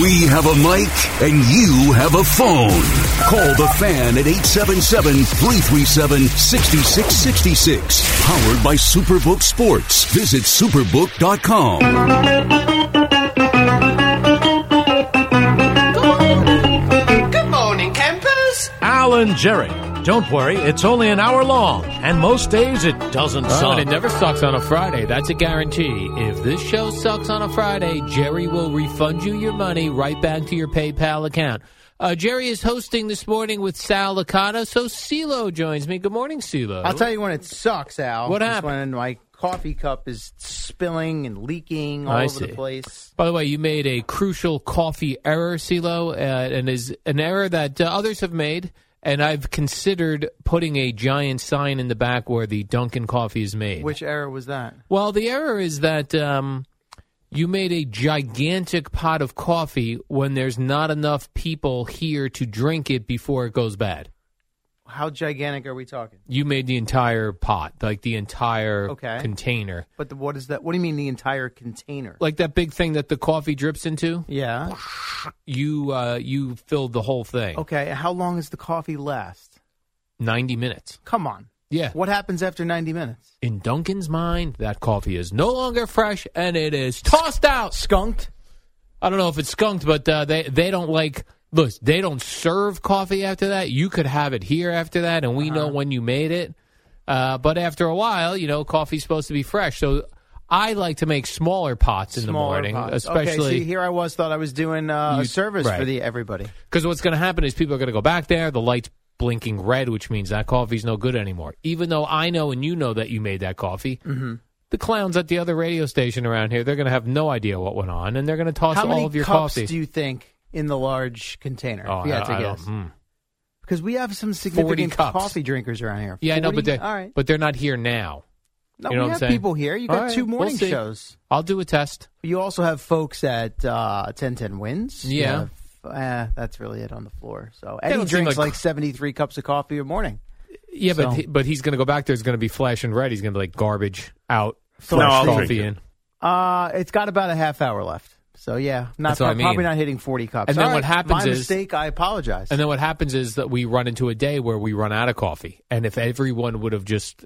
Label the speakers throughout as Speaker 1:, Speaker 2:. Speaker 1: We have a mic and you have a phone. Call the fan at 877 337 6666. Powered by Superbook Sports. Visit superbook.com.
Speaker 2: Good morning, campers.
Speaker 3: Alan Jerry. Don't worry, it's only an hour long, and most days it doesn't
Speaker 4: Oh,
Speaker 3: suck.
Speaker 4: and it never sucks on a Friday. That's a guarantee. If this show sucks on a Friday, Jerry will refund you your money right back to your PayPal account. Uh, Jerry is hosting this morning with Sal Licata, so CeeLo joins me. Good morning, CeeLo.
Speaker 5: I'll tell you when it sucks, Al.
Speaker 4: What
Speaker 5: It's
Speaker 4: happened?
Speaker 5: When my coffee cup is spilling and leaking all
Speaker 4: I
Speaker 5: over
Speaker 4: see.
Speaker 5: the place.
Speaker 4: By the way, you made a crucial coffee error, CeeLo, uh, and is an error that uh, others have made. And I've considered putting a giant sign in the back where the Dunkin' coffee is made.
Speaker 5: Which error was that?
Speaker 4: Well, the error is that um, you made a gigantic pot of coffee when there's not enough people here to drink it before it goes bad.
Speaker 5: How gigantic are we talking?
Speaker 4: You made the entire pot, like the entire
Speaker 5: Okay.
Speaker 4: container.
Speaker 5: But the, what is that? What do you mean the entire container?
Speaker 4: Like that big thing that the coffee drips into,
Speaker 5: yeah.
Speaker 4: you uh, you filled the whole thing.
Speaker 5: Okay. How long does the coffee last?
Speaker 4: Ninety minutes.
Speaker 5: Come on.
Speaker 4: Yeah.
Speaker 5: What happens after 90 minutes?
Speaker 4: In Duncan's mind, that coffee is no longer fresh and it is tossed out.
Speaker 5: Skunked?
Speaker 4: I don't know if it's skunked, but uh, they they don't like. Look, they don't serve coffee after that. You could have it here after that, and we
Speaker 5: Uh-huh.
Speaker 4: know when you made it. Uh, but after a while, you know, coffee's supposed to be fresh. So I like to make smaller pots in the
Speaker 5: Smaller
Speaker 4: morning,
Speaker 5: pots. Okay, see,
Speaker 4: especially
Speaker 5: here I was, thought I was doing uh,
Speaker 4: You-
Speaker 5: a service
Speaker 4: right.
Speaker 5: for the everybody.
Speaker 4: because what's going to happen is people are going to go back there. The lights blinking red, which means that coffee's no good anymore. Even though I know and you know that you made that coffee.
Speaker 5: Mm-hmm.
Speaker 4: The clowns at the other radio station around here, they're going to have no idea what went on, and they're going to toss
Speaker 5: How
Speaker 4: all
Speaker 5: many
Speaker 4: of your
Speaker 5: cups
Speaker 4: coffee.
Speaker 5: do you think in the large container?
Speaker 4: oh,
Speaker 5: if you
Speaker 4: I,
Speaker 5: had to
Speaker 4: I don't-
Speaker 5: guess.
Speaker 4: mm.
Speaker 5: Because we have some
Speaker 4: 40
Speaker 5: significant
Speaker 4: cups.
Speaker 5: coffee drinkers around here.
Speaker 4: Yeah, I know, but
Speaker 5: 40?
Speaker 4: they
Speaker 5: all right.
Speaker 4: but they're not here now.
Speaker 5: No,
Speaker 4: You know
Speaker 5: we
Speaker 4: what I'm
Speaker 5: have
Speaker 4: saying?
Speaker 5: people here. You
Speaker 4: All
Speaker 5: got
Speaker 4: right,
Speaker 5: two
Speaker 4: we'll
Speaker 5: morning
Speaker 4: see.
Speaker 5: shows.
Speaker 4: I'll do a test.
Speaker 5: You also have folks at uh, ten ten wins. You
Speaker 4: Yeah.
Speaker 5: have- eh, that's really it on the floor. So
Speaker 4: don't
Speaker 5: Eddie
Speaker 4: seem
Speaker 5: drinks
Speaker 4: like-
Speaker 5: like, seventy three cups of coffee a morning.
Speaker 4: Yeah, but
Speaker 5: So-
Speaker 4: he- but he's going to go back there. It's going to be flashing red. He's going to be like garbage out,
Speaker 5: So
Speaker 4: fresh
Speaker 5: I'll
Speaker 4: coffee in,
Speaker 5: Uh, it's got about a half hour left. So yeah, not
Speaker 4: That's what I mean.
Speaker 5: probably not hitting forty cups.
Speaker 4: And then
Speaker 5: All
Speaker 4: what
Speaker 5: right,
Speaker 4: happens
Speaker 5: my
Speaker 4: is-
Speaker 5: mistake. I apologize.
Speaker 4: and then what happens is that we run into a day where we run out of coffee. And if everyone would have just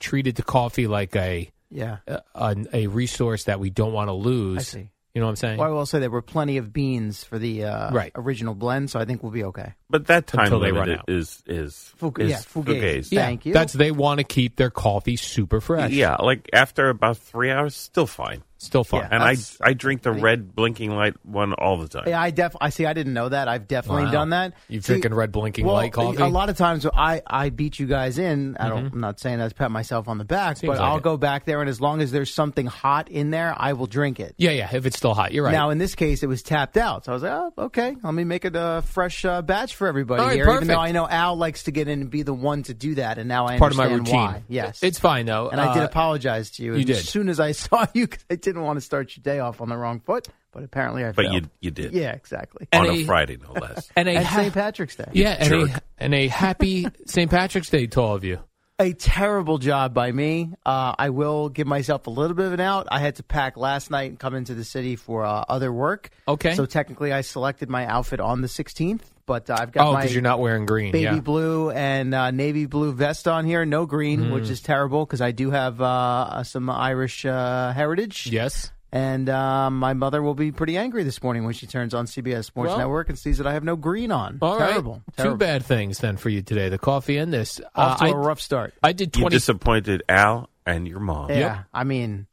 Speaker 4: treated the coffee like a
Speaker 5: yeah,
Speaker 4: a, a resource that we don't want to lose,
Speaker 5: I see.
Speaker 4: you know what I'm saying?
Speaker 5: Well, I will say there were plenty of beans for the uh,
Speaker 4: Right.
Speaker 5: original blend, so I think we'll be okay.
Speaker 6: But that time
Speaker 4: Until they
Speaker 6: limit
Speaker 4: run out.
Speaker 6: is is
Speaker 5: Fug-
Speaker 6: is
Speaker 5: yeah, Fugazi.
Speaker 4: yeah,
Speaker 5: thank you.
Speaker 4: That's they want to keep their coffee super fresh.
Speaker 6: Yeah, like after about three hours, still fine.
Speaker 4: still fun.
Speaker 5: Yeah.
Speaker 6: And I
Speaker 5: That's-
Speaker 6: I drink the
Speaker 5: pretty-
Speaker 6: red blinking light one all the time.
Speaker 5: Yeah, I def I see. I didn't know that. I've definitely
Speaker 4: Wow.
Speaker 5: done that.
Speaker 4: You've
Speaker 5: See,
Speaker 4: drinking red blinking
Speaker 5: well,
Speaker 4: light coffee? Mm-hmm.
Speaker 5: A lot of times, I I beat you guys in. I don't. I'm not saying I pat myself on the back,
Speaker 4: Seems
Speaker 5: but
Speaker 4: like
Speaker 5: I'll
Speaker 4: it.
Speaker 5: go back there, and as long as there's something hot in there, I will drink it.
Speaker 4: yeah, yeah. If it's still hot, you're right.
Speaker 5: Now, in this case, it was tapped out, so I was like, "Oh, okay, let me make it a fresh uh, batch for everybody
Speaker 4: All right,
Speaker 5: here." Even though
Speaker 4: perfect.
Speaker 5: I know Al likes to get in and be the one to do that, and now I
Speaker 4: part of my
Speaker 5: understand
Speaker 4: routine.
Speaker 5: Why. Yes,
Speaker 4: it's fine though.
Speaker 5: and I did
Speaker 4: Uh,
Speaker 5: apologize to you.
Speaker 4: you
Speaker 5: and
Speaker 4: did.
Speaker 5: As soon as I saw you, 'cause I didn't want to start your day off on the wrong foot, but apparently I.
Speaker 6: but
Speaker 5: failed.
Speaker 6: you you did
Speaker 5: yeah, exactly.
Speaker 6: on
Speaker 4: And
Speaker 6: a
Speaker 4: a-
Speaker 6: Friday, no less.
Speaker 4: and a
Speaker 5: At
Speaker 4: ha-
Speaker 5: St. Patrick's Day.
Speaker 4: Yeah, and a,
Speaker 6: jerk.
Speaker 4: and a happy St. Patrick's Day to all of you.
Speaker 5: a terrible job by me. Uh, I will give myself a little bit of an out. I had to pack last night and come into the city for uh, other work.
Speaker 4: Okay.
Speaker 5: So technically, I selected my outfit on the 16th, but uh, I've got
Speaker 4: Oh,
Speaker 5: my
Speaker 4: because you're not wearing green.
Speaker 5: baby
Speaker 4: yeah.
Speaker 5: blue and uh, navy blue vest on here. No green,
Speaker 4: Mm.
Speaker 5: which is terrible because I do have uh, uh, some Irish uh, heritage.
Speaker 4: Yes.
Speaker 5: And uh, my mother will be pretty angry this morning when she turns on CBS Sports
Speaker 4: Well-
Speaker 5: Network and sees that I have no green on.
Speaker 4: All right.
Speaker 5: terrible.
Speaker 4: Two
Speaker 5: terrible.
Speaker 4: bad things then for you today: the coffee and this. Uh,
Speaker 5: Off to
Speaker 4: I
Speaker 5: a rough start.
Speaker 4: I did
Speaker 6: You
Speaker 4: twenty.
Speaker 6: disappointed Al and your mom.
Speaker 5: Yeah, I mean,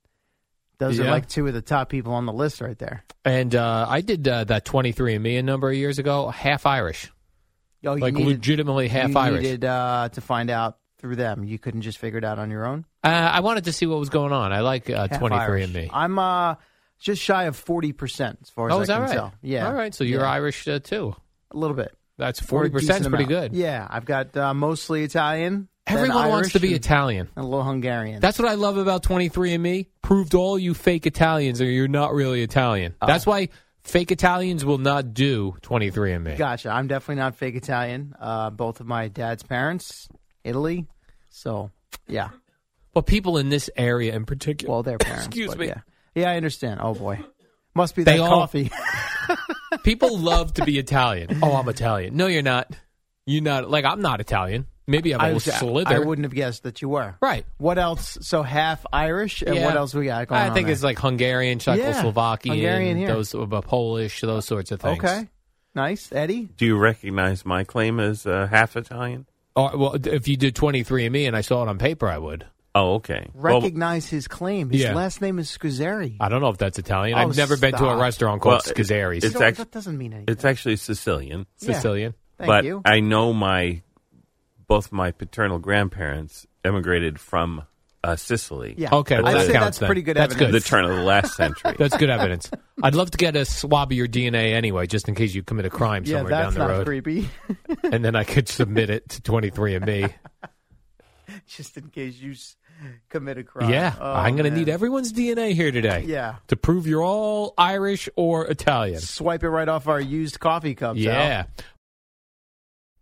Speaker 5: Those are
Speaker 4: Yeah.
Speaker 5: like two of the top people on the list right there.
Speaker 4: And uh, I did uh, that 23andMe a number of years ago, half Irish.
Speaker 5: Oh, you
Speaker 4: Like
Speaker 5: needed-
Speaker 4: legitimately half
Speaker 5: you
Speaker 4: Irish.
Speaker 5: needed uh, to find out through them. You couldn't just figure it out on your own.
Speaker 4: Uh, I wanted to see what was going on. I like uh,
Speaker 5: Half
Speaker 4: 23andMe.
Speaker 5: Irish. I'm uh, just shy of forty percent as far as
Speaker 4: oh,
Speaker 5: I
Speaker 4: is that
Speaker 5: can
Speaker 4: right?
Speaker 5: tell. Yeah,
Speaker 4: All right. So you're
Speaker 5: Yeah.
Speaker 4: Irish uh, too.
Speaker 5: a little bit.
Speaker 4: That's
Speaker 5: Or a
Speaker 4: 40%. is
Speaker 5: decent
Speaker 4: pretty
Speaker 5: amount.
Speaker 4: good.
Speaker 5: Yeah, I've got uh, mostly Italian. then
Speaker 4: Everyone wants
Speaker 5: Irish,
Speaker 4: to be
Speaker 5: and-
Speaker 4: Italian.
Speaker 5: and a little Hungarian.
Speaker 4: That's what I love about 23andMe. Proved all you fake Italians or you're not really Italian.
Speaker 5: Oh.
Speaker 4: That's why fake Italians will not do 23andMe.
Speaker 5: Gotcha. I'm definitely not fake Italian. Uh, both of my dad's parents, Italy. So, yeah.
Speaker 4: But people in this area in particular.
Speaker 5: Well, their parents.
Speaker 4: Excuse
Speaker 5: but
Speaker 4: me.
Speaker 5: Yeah. yeah, I understand. Oh, boy. Must be
Speaker 4: They
Speaker 5: that
Speaker 4: all-
Speaker 5: coffee.
Speaker 4: people love to be Italian. Oh, I'm Italian. No, you're not. You're not. Like, I'm not Italian. Maybe I'm a
Speaker 5: I,
Speaker 4: little
Speaker 5: was-
Speaker 4: slither.
Speaker 5: I wouldn't have guessed that you were.
Speaker 4: Right.
Speaker 5: What else? So, half Irish, and
Speaker 4: Yeah.
Speaker 5: what else we got going
Speaker 4: I
Speaker 5: on
Speaker 4: think
Speaker 5: there?
Speaker 4: it's like Hungarian, Czechoslovakian,
Speaker 5: Hungarian here.
Speaker 4: those uh, Polish, those sorts of things.
Speaker 5: Okay. Nice. Eddie?
Speaker 6: Do you recognize my claim as uh, half Italian?
Speaker 4: Or, Uh, well, if you did 23andMe and I saw it on paper, I would.
Speaker 6: Oh, okay. Well,
Speaker 5: Recognize his claim. His
Speaker 4: Yeah.
Speaker 5: last name is Scuzzeri.
Speaker 4: I don't know if that's Italian.
Speaker 5: Oh,
Speaker 4: I've never been to a
Speaker 5: stop.
Speaker 4: restaurant called
Speaker 6: Well,
Speaker 4: Scazzeri's.
Speaker 6: it's
Speaker 5: You know,
Speaker 6: act-
Speaker 5: that doesn't mean anything.
Speaker 6: it's actually Sicilian,
Speaker 5: yeah.
Speaker 4: Sicilian.
Speaker 5: Thank
Speaker 6: but
Speaker 5: you.
Speaker 6: I know my both my paternal grandparents emigrated from uh, Sicily.
Speaker 5: yeah.
Speaker 4: Okay, well,
Speaker 5: I'd
Speaker 4: that
Speaker 5: say
Speaker 4: counts
Speaker 5: that's
Speaker 4: then.
Speaker 5: pretty good
Speaker 4: That's
Speaker 5: evidence.
Speaker 6: The turn of the last century.
Speaker 4: That's good evidence. I'd love to get a swab of your DNA anyway, just in case you commit a crime
Speaker 5: Yeah,
Speaker 4: somewhere
Speaker 5: that's
Speaker 4: down
Speaker 5: not
Speaker 4: the road.
Speaker 5: creepy.
Speaker 4: And then I could submit it to 23andMe.
Speaker 5: just in case you s- commit a crime.
Speaker 4: yeah,
Speaker 5: Oh,
Speaker 4: I'm going to
Speaker 5: man.
Speaker 4: need everyone's DNA here today.
Speaker 5: Yeah.
Speaker 4: To prove you're all Irish or Italian.
Speaker 5: Swipe it right off our used coffee cups. Al.
Speaker 4: Yeah.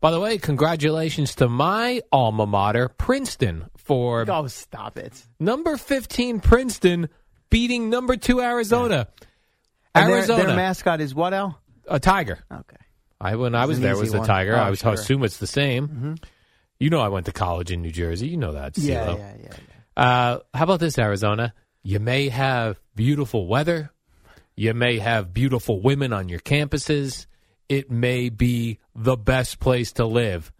Speaker 4: By the way, congratulations to my alma mater, Princeton, for
Speaker 5: Oh, stop it.
Speaker 4: number 15 Princeton beating number 2 Arizona.
Speaker 5: And their-
Speaker 4: Arizona,
Speaker 5: Their, mascot is what, Al?
Speaker 4: a tiger.
Speaker 5: Okay.
Speaker 4: I when I
Speaker 5: It's
Speaker 4: was
Speaker 5: an
Speaker 4: there
Speaker 5: easy
Speaker 4: was the
Speaker 5: one.
Speaker 4: tiger.
Speaker 5: Oh,
Speaker 4: I was I
Speaker 5: sure. Mm-hmm.
Speaker 4: assume it's the same. You know, I went to college in New Jersey. You know that.
Speaker 5: Yeah,
Speaker 4: CeeLo.
Speaker 5: yeah, yeah,
Speaker 4: Uh, how about this, Arizona? You may have beautiful weather. You may have beautiful women on your campuses. It may be the best place to live.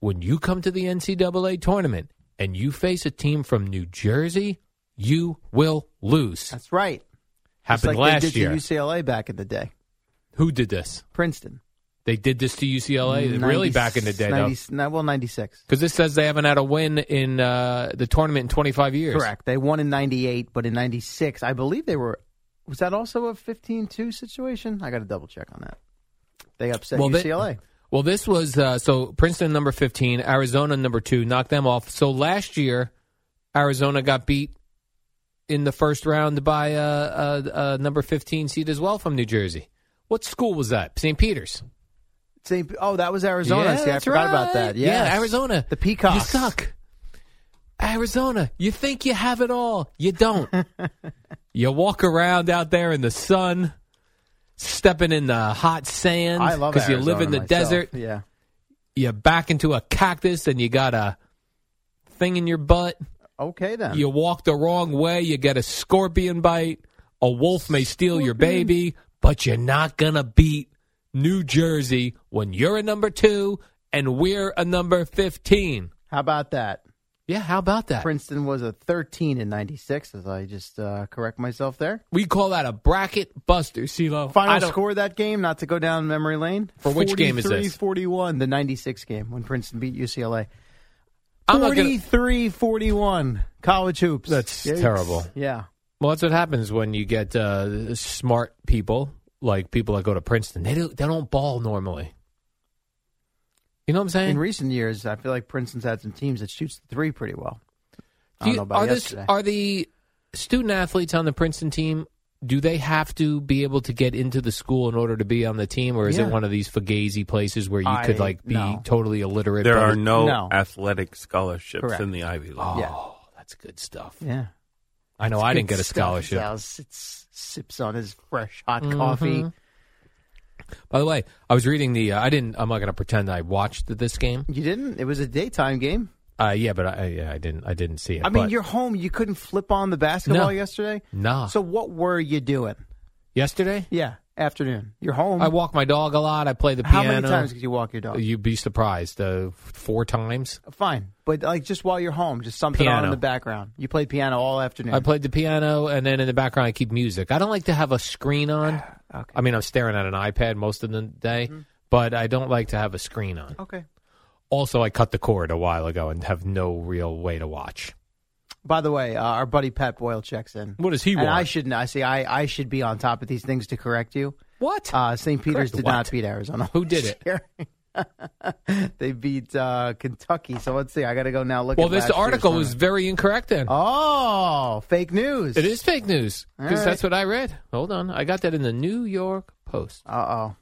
Speaker 4: When you come to the NCAA tournament and you face a team from New Jersey, you will lose.
Speaker 5: That's right. Just
Speaker 4: Happened
Speaker 5: like
Speaker 4: last
Speaker 5: they did
Speaker 4: year.
Speaker 5: to UCLA back in the day.
Speaker 4: Who did this?
Speaker 5: Princeton.
Speaker 4: They did this to UCLA really
Speaker 5: 90
Speaker 4: back in the day, though.
Speaker 5: 90 no, well, 96.
Speaker 4: Because this says they haven't had a win in uh, the tournament in 25 years.
Speaker 5: Correct. They won in 98, but in 96, I believe they were. Was that also a 15 2 situation? I got to double check on that. They upset
Speaker 4: Well, they-
Speaker 5: UCLA.
Speaker 4: Well, this was uh, so Princeton number 15, Arizona number two, knocked them off. So last year, Arizona got beat in the first round by uh, uh, uh, number 15 seed as well from New Jersey. What school was that? St. Peter's.
Speaker 5: St. Oh, that was Arizona.
Speaker 4: Yeah,
Speaker 5: See, I
Speaker 4: that's
Speaker 5: forgot
Speaker 4: right.
Speaker 5: about that.
Speaker 4: Yeah,
Speaker 5: Yes.
Speaker 4: Arizona.
Speaker 5: The Peacocks.
Speaker 4: You suck. Arizona, you think you have it all. You don't. you walk around out there in the sun, stepping in the hot sand
Speaker 5: I love
Speaker 4: because you live
Speaker 5: Arizona
Speaker 4: in the
Speaker 5: myself.
Speaker 4: desert.
Speaker 5: Yeah.
Speaker 4: You back into a cactus and you got a thing in your butt.
Speaker 5: Okay then.
Speaker 4: You walk the wrong way, you get a scorpion bite. A wolf may steal your baby, but you're not going to beat New Jersey when you're a number two and we're a number 15.
Speaker 5: How about that?
Speaker 4: Yeah, how about that?
Speaker 5: Princeton was a 13 in 96, as I just uh, correct myself there.
Speaker 4: We call that a bracket buster, CeeLo. I
Speaker 5: Final
Speaker 4: don't-
Speaker 5: score of that game, not to go down memory lane.
Speaker 4: For which game is this?
Speaker 5: 43-41, the 96 game when Princeton beat UCLA.
Speaker 4: I'm not gonna-
Speaker 5: 43-41, college hoops.
Speaker 4: That's terrible.
Speaker 5: Yeah.
Speaker 4: Well, that's what happens when you get uh, smart people, like people that go to Princeton. They, do, they don't ball normally. You know what I'm saying?
Speaker 5: In recent years, I feel like Princeton's had some teams that shoots the three pretty well.
Speaker 4: Do
Speaker 5: I don't
Speaker 4: you-
Speaker 5: know about
Speaker 4: are this-
Speaker 5: yesterday.
Speaker 4: are the student athletes on the Princeton team? Do they have to be able to get into the school in order to be on the team, or is
Speaker 5: Yeah.
Speaker 4: it one of these fugazi places where you could
Speaker 5: I-
Speaker 4: like be
Speaker 5: no.
Speaker 4: totally illiterate?
Speaker 6: There
Speaker 4: but-
Speaker 6: are no,
Speaker 5: No.
Speaker 6: athletic scholarships
Speaker 5: Correct.
Speaker 6: in the Ivy League.
Speaker 4: Oh,
Speaker 5: Yeah.
Speaker 4: that's good stuff.
Speaker 5: yeah.
Speaker 4: I know
Speaker 5: It's
Speaker 4: I
Speaker 5: good
Speaker 4: didn't get a
Speaker 5: stuff.
Speaker 4: scholarship. Mm-hmm.
Speaker 5: Sal sits- sips on his fresh hot coffee.
Speaker 4: By the way, I was reading the. Uh, I didn't. I'm not going to pretend I watched this game.
Speaker 5: You didn't? It was a daytime game.
Speaker 4: Uh, yeah, but I, yeah, I didn't. I didn't see it.
Speaker 5: I mean,
Speaker 4: but
Speaker 5: you're home. You couldn't flip on the basketball
Speaker 4: No.
Speaker 5: yesterday.
Speaker 4: Nah.
Speaker 5: So what were you doing?
Speaker 4: yesterday.
Speaker 5: Yeah, afternoon. You're home.
Speaker 4: I walk my dog a lot. I play the
Speaker 5: How
Speaker 4: piano.
Speaker 5: many times did you walk your dog?
Speaker 4: You'd be surprised. Uh, four times.
Speaker 5: Fine, but like just while you're home, just something on
Speaker 4: Piano.
Speaker 5: in the background. You played piano all afternoon.
Speaker 4: I played the piano, and then in the background, I keep music. I don't like to have a screen on. I mean, I'm staring at an iPad most of the day, but I don't like to have a screen on.
Speaker 5: Okay.
Speaker 4: Also, I cut the cord a while ago and have no real way to watch.
Speaker 5: By the way, uh, our buddy Pat Boyle checks in.
Speaker 4: What does he
Speaker 5: and
Speaker 4: want?
Speaker 5: I shouldn't. I see. I, I should be on top of these things to correct you.
Speaker 4: What?
Speaker 5: Uh, St. Peter's
Speaker 4: Correct
Speaker 5: did
Speaker 4: what?
Speaker 5: not beat Arizona.
Speaker 4: Who did it?
Speaker 5: it? they beat uh, Kentucky. So let's see. I got to go now. Look.
Speaker 4: well,
Speaker 5: at
Speaker 4: this
Speaker 5: last year's
Speaker 4: article is
Speaker 5: tournament.
Speaker 4: very incorrect then.
Speaker 5: Oh, fake news.
Speaker 4: It is fake news because
Speaker 5: All
Speaker 4: that's what I read. Hold on, I got that in the New York Post.
Speaker 5: Uh oh.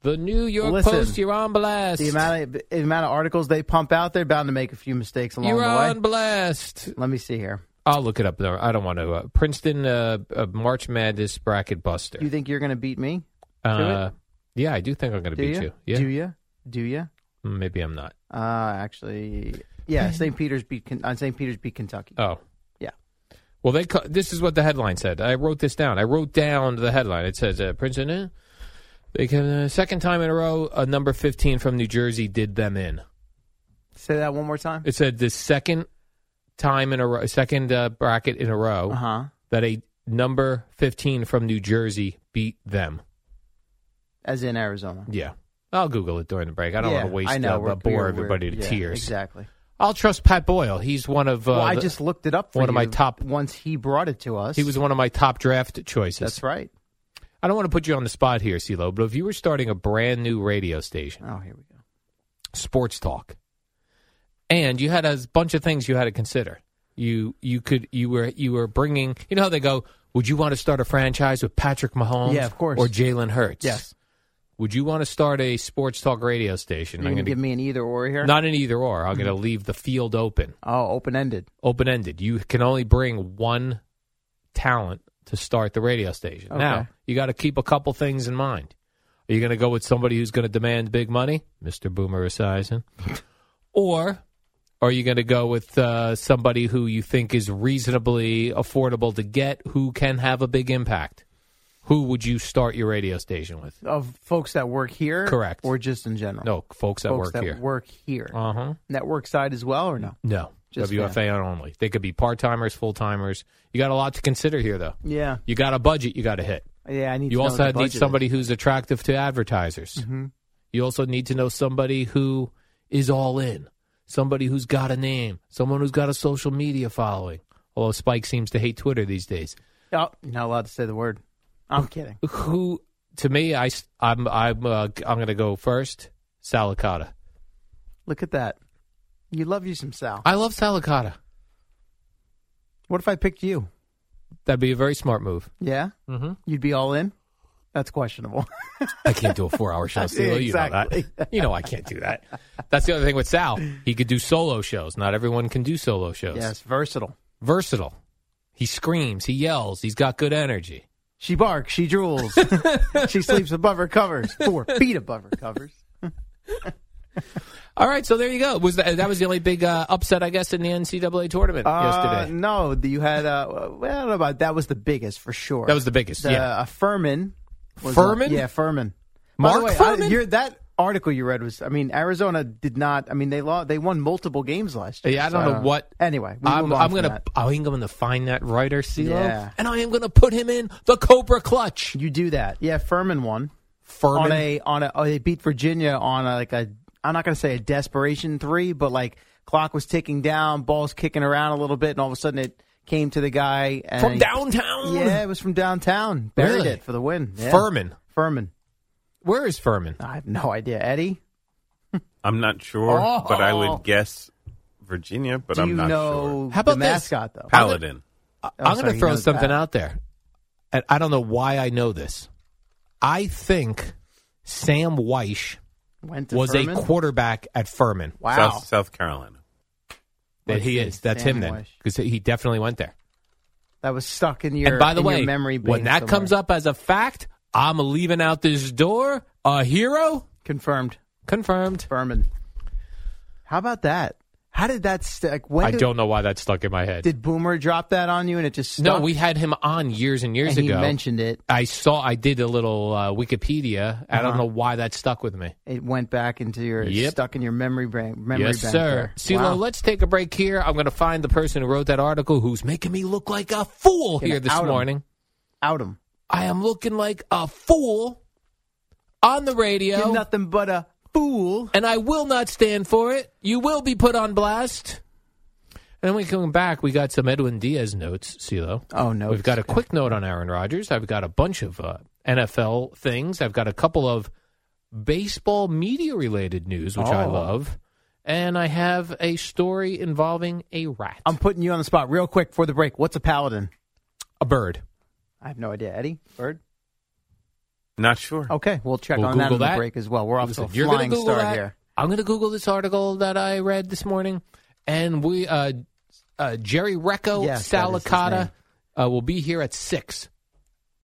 Speaker 4: The New York
Speaker 5: Listen,
Speaker 4: Post, you're on blast.
Speaker 5: The amount of the amount of articles they pump out, they're bound to make a few mistakes along
Speaker 4: you're
Speaker 5: the way.
Speaker 4: on blast.
Speaker 5: Let me see here.
Speaker 4: I'll look it up though. I don't want to. Uh, Princeton uh, uh, March Madness bracket buster.
Speaker 5: You think you're going to beat me?
Speaker 4: Uh, yeah, I do think I'm going to
Speaker 5: Do
Speaker 4: beat you.
Speaker 5: you?
Speaker 4: Yeah,
Speaker 5: Do you? Do you?
Speaker 4: Mm, maybe I'm not.
Speaker 5: Uh, actually, yeah. St. Peter's beat Ken- uh, St. Peter's beat Kentucky.
Speaker 4: Oh,
Speaker 5: Yeah.
Speaker 4: Well, they. Cu- this is what the headline said. I wrote this down. I wrote down the headline. It says uh, Princeton. eh, They can uh, second time in a row. A number fifteen from New Jersey did them in.
Speaker 5: Say that one more time.
Speaker 4: It said the second time in a row, second uh, bracket in a row
Speaker 5: Uh huh.
Speaker 4: that a number 15 from New Jersey beat them.
Speaker 5: As in Arizona.
Speaker 4: Yeah. I'll Google it during the break. I don't
Speaker 5: Yeah,
Speaker 4: want to waste
Speaker 5: I know.
Speaker 4: uh,
Speaker 5: We're-
Speaker 4: but bore
Speaker 5: we're-
Speaker 4: everybody to
Speaker 5: yeah,
Speaker 4: tears.
Speaker 5: Exactly.
Speaker 4: I'll trust Pat Boyle. He's one of uh,
Speaker 5: well, I
Speaker 4: the-
Speaker 5: just looked it up. For
Speaker 4: one of my
Speaker 5: you
Speaker 4: top-
Speaker 5: Once he brought it to us,
Speaker 4: he was one of my top draft choices.
Speaker 5: That's right.
Speaker 4: I don't want to put you on the spot here, CeeLo, but if you were starting a brand new radio station,
Speaker 5: Oh, here we go.
Speaker 4: sports talk and you had a bunch of things you had to consider you you could you were you were bringing you know how they go would you want to start a franchise with Patrick Mahomes
Speaker 5: Yeah, of course.
Speaker 4: or Jalen Hurts
Speaker 5: Yes.
Speaker 4: would you want to start a sports talk radio station
Speaker 5: You can
Speaker 4: gonna-
Speaker 5: give me an either or here.
Speaker 4: not an either or I'm going
Speaker 5: Mm-hmm.
Speaker 4: to leave the field open
Speaker 5: oh, open ended.
Speaker 4: open ended you can only bring one talent to start the radio station
Speaker 5: Okay.
Speaker 4: now you got to keep a couple things in mind are you going to go with somebody who's going to demand big money, Mr. Boomer Esiason? or are you going to go with uh, somebody who you think is reasonably affordable to get, who can have a big impact? Who would you start your radio station with?
Speaker 5: Of folks that work here,
Speaker 4: Correct.
Speaker 5: or just in general?
Speaker 4: No, folks that
Speaker 5: folks
Speaker 4: work
Speaker 5: that
Speaker 4: here.
Speaker 5: work here.
Speaker 4: Uh huh.
Speaker 5: Network side as well, or no?
Speaker 4: No,
Speaker 5: Just
Speaker 4: WFA only. They could be part timers, full timers. You got a lot to consider here, though.
Speaker 5: Yeah,
Speaker 4: You got a budget you got to hit.
Speaker 5: yeah. I need.
Speaker 4: You
Speaker 5: to know
Speaker 4: also need
Speaker 5: what the budget Mm-hmm. is.
Speaker 4: somebody who's attractive to advertisers. You also need to know somebody who is all in, somebody who's got a name, someone who's got a social media following. Although Spike seems to hate Twitter these days.
Speaker 5: Oh, you're not allowed to say the word. I'm kidding.
Speaker 4: Who, to me, I, am I'm, uh, I'm going to go first. Salicata.
Speaker 5: Look at that. You love you some Sal.
Speaker 4: I love Salicata.
Speaker 5: What if I picked you?
Speaker 4: That'd be a very smart move.
Speaker 5: Yeah, mm-hmm. you'd be all in. That's questionable.
Speaker 4: I can't do a four-hour show, Steelo. You know that. You know I can't do that. That's the other thing with Sal. He could do solo shows. Not everyone can do solo shows.
Speaker 5: yes, versatile.
Speaker 4: versatile. He screams, he yells, he's got good energy.
Speaker 5: She barks. She drools. she sleeps above her covers. Four feet above her covers.
Speaker 4: All right, so there you go. Was that, that was the only big uh, upset, I guess, in the NCAA tournament
Speaker 5: Uh,
Speaker 4: yesterday?
Speaker 5: no, you had. Uh, well, I don't know about that. Was the biggest for sure.
Speaker 4: That was the biggest.
Speaker 5: The,
Speaker 4: yeah,
Speaker 5: uh, Furman. was-
Speaker 4: Furman?
Speaker 5: yeah, Furman. By
Speaker 4: Mark
Speaker 5: the way, I-
Speaker 4: Furman?
Speaker 5: you're- that article you read was. I mean, Arizona did not. I mean, they lost. They won multiple games last year.
Speaker 4: yeah. I
Speaker 5: so
Speaker 4: don't know what.
Speaker 5: Anyway, we
Speaker 4: I'm,
Speaker 5: move on
Speaker 4: I'm
Speaker 5: from
Speaker 4: gonna.
Speaker 5: that.
Speaker 4: I am gonna find that writer, CeeLo,
Speaker 5: Yeah.
Speaker 4: and I am gonna put him in the Cobra Clutch.
Speaker 5: You do that. Yeah, Furman won
Speaker 4: Furman.
Speaker 5: on a on a. Oh, they beat Virginia on a, like a. I'm not going to say a desperation three, but like clock was ticking down, balls kicking around a little bit, and all of a sudden it came to the guy and
Speaker 4: from downtown.
Speaker 5: Yeah, it was from downtown. Buried
Speaker 4: Really?
Speaker 5: it for the win. Yeah.
Speaker 4: Furman.
Speaker 5: Furman.
Speaker 4: Where is Furman?
Speaker 5: I have no idea. Eddie,
Speaker 6: I'm not sure,
Speaker 5: Oh.
Speaker 6: but I would guess Virginia, but
Speaker 5: do
Speaker 6: I'm
Speaker 5: you
Speaker 6: not
Speaker 5: know
Speaker 6: sure.
Speaker 5: the
Speaker 4: How about this?
Speaker 5: mascot though?
Speaker 6: Paladin.
Speaker 4: I'm
Speaker 5: Oh, sorry,
Speaker 4: going
Speaker 5: he
Speaker 4: to throw
Speaker 5: knows
Speaker 4: something
Speaker 5: that.
Speaker 4: out there. And I don't know why I know this. I think Sam Weish
Speaker 5: Went to
Speaker 4: was
Speaker 5: Furman?
Speaker 4: a quarterback at Furman.
Speaker 5: Wow.
Speaker 6: South, South Carolina.
Speaker 4: That he
Speaker 5: Let's
Speaker 4: is.
Speaker 5: see.
Speaker 4: That's
Speaker 5: Sam
Speaker 4: him then,
Speaker 5: Weish.
Speaker 4: because he definitely went there.
Speaker 5: that was stuck in your
Speaker 4: and by the
Speaker 5: in your
Speaker 4: way,
Speaker 5: memory.
Speaker 4: when that comes up as a fact, I'm leaving out this door. A hero
Speaker 5: confirmed,
Speaker 4: confirmed.
Speaker 5: Berman. How about that? How did that stick? Like, when
Speaker 4: I
Speaker 5: did,
Speaker 4: don't know why that stuck in my head.
Speaker 5: Did Boomer drop that on you and it just stuck?
Speaker 4: no, we had him on years and years
Speaker 5: and he
Speaker 4: ago.
Speaker 5: mentioned it.
Speaker 4: I saw. I did a little uh, Wikipedia. I
Speaker 5: Uh-huh.
Speaker 4: don't know why that stuck with me.
Speaker 5: It went back into your
Speaker 4: Yep.
Speaker 5: stuck in your memory bank. Memory
Speaker 4: yes,
Speaker 5: bank
Speaker 4: sir.
Speaker 5: there.
Speaker 4: CeeLo,
Speaker 5: Wow.
Speaker 4: let's take a break here. I'm going to find the person who wrote that article who's making me look like a fool
Speaker 5: Gonna
Speaker 4: here this
Speaker 5: out 'em.
Speaker 4: morning.
Speaker 5: out him.
Speaker 4: I am looking like a fool on the radio.
Speaker 5: You're nothing but a fool.
Speaker 4: and I will not stand for it. You will be put on blast. And then we come back. We got some Edwin Diaz notes, CeeLo.
Speaker 5: Oh no,
Speaker 4: We've got a quick note on Aaron Rodgers. I've got a bunch of uh, NFL things. I've got a couple of baseball media related news, which I
Speaker 5: Oh.
Speaker 4: love. And I have a story involving a rat.
Speaker 5: I'm putting you on the spot real quick for the break. What's a paladin?
Speaker 4: a bird.
Speaker 5: I have no idea. Eddie Bird.
Speaker 6: Not sure.
Speaker 5: Okay, we'll check
Speaker 4: We'll
Speaker 5: on that
Speaker 4: Google
Speaker 5: on the
Speaker 4: that.
Speaker 5: break as well. We're off to
Speaker 4: Listen,
Speaker 5: a
Speaker 4: you're gonna
Speaker 5: flying
Speaker 4: Google
Speaker 5: start
Speaker 4: that.
Speaker 5: here.
Speaker 4: I'm going to Google this article that I read this morning, and we uh, uh, Jerry Recco
Speaker 5: Yes, that is his
Speaker 4: Salicata
Speaker 5: name.
Speaker 4: uh, will be here at six.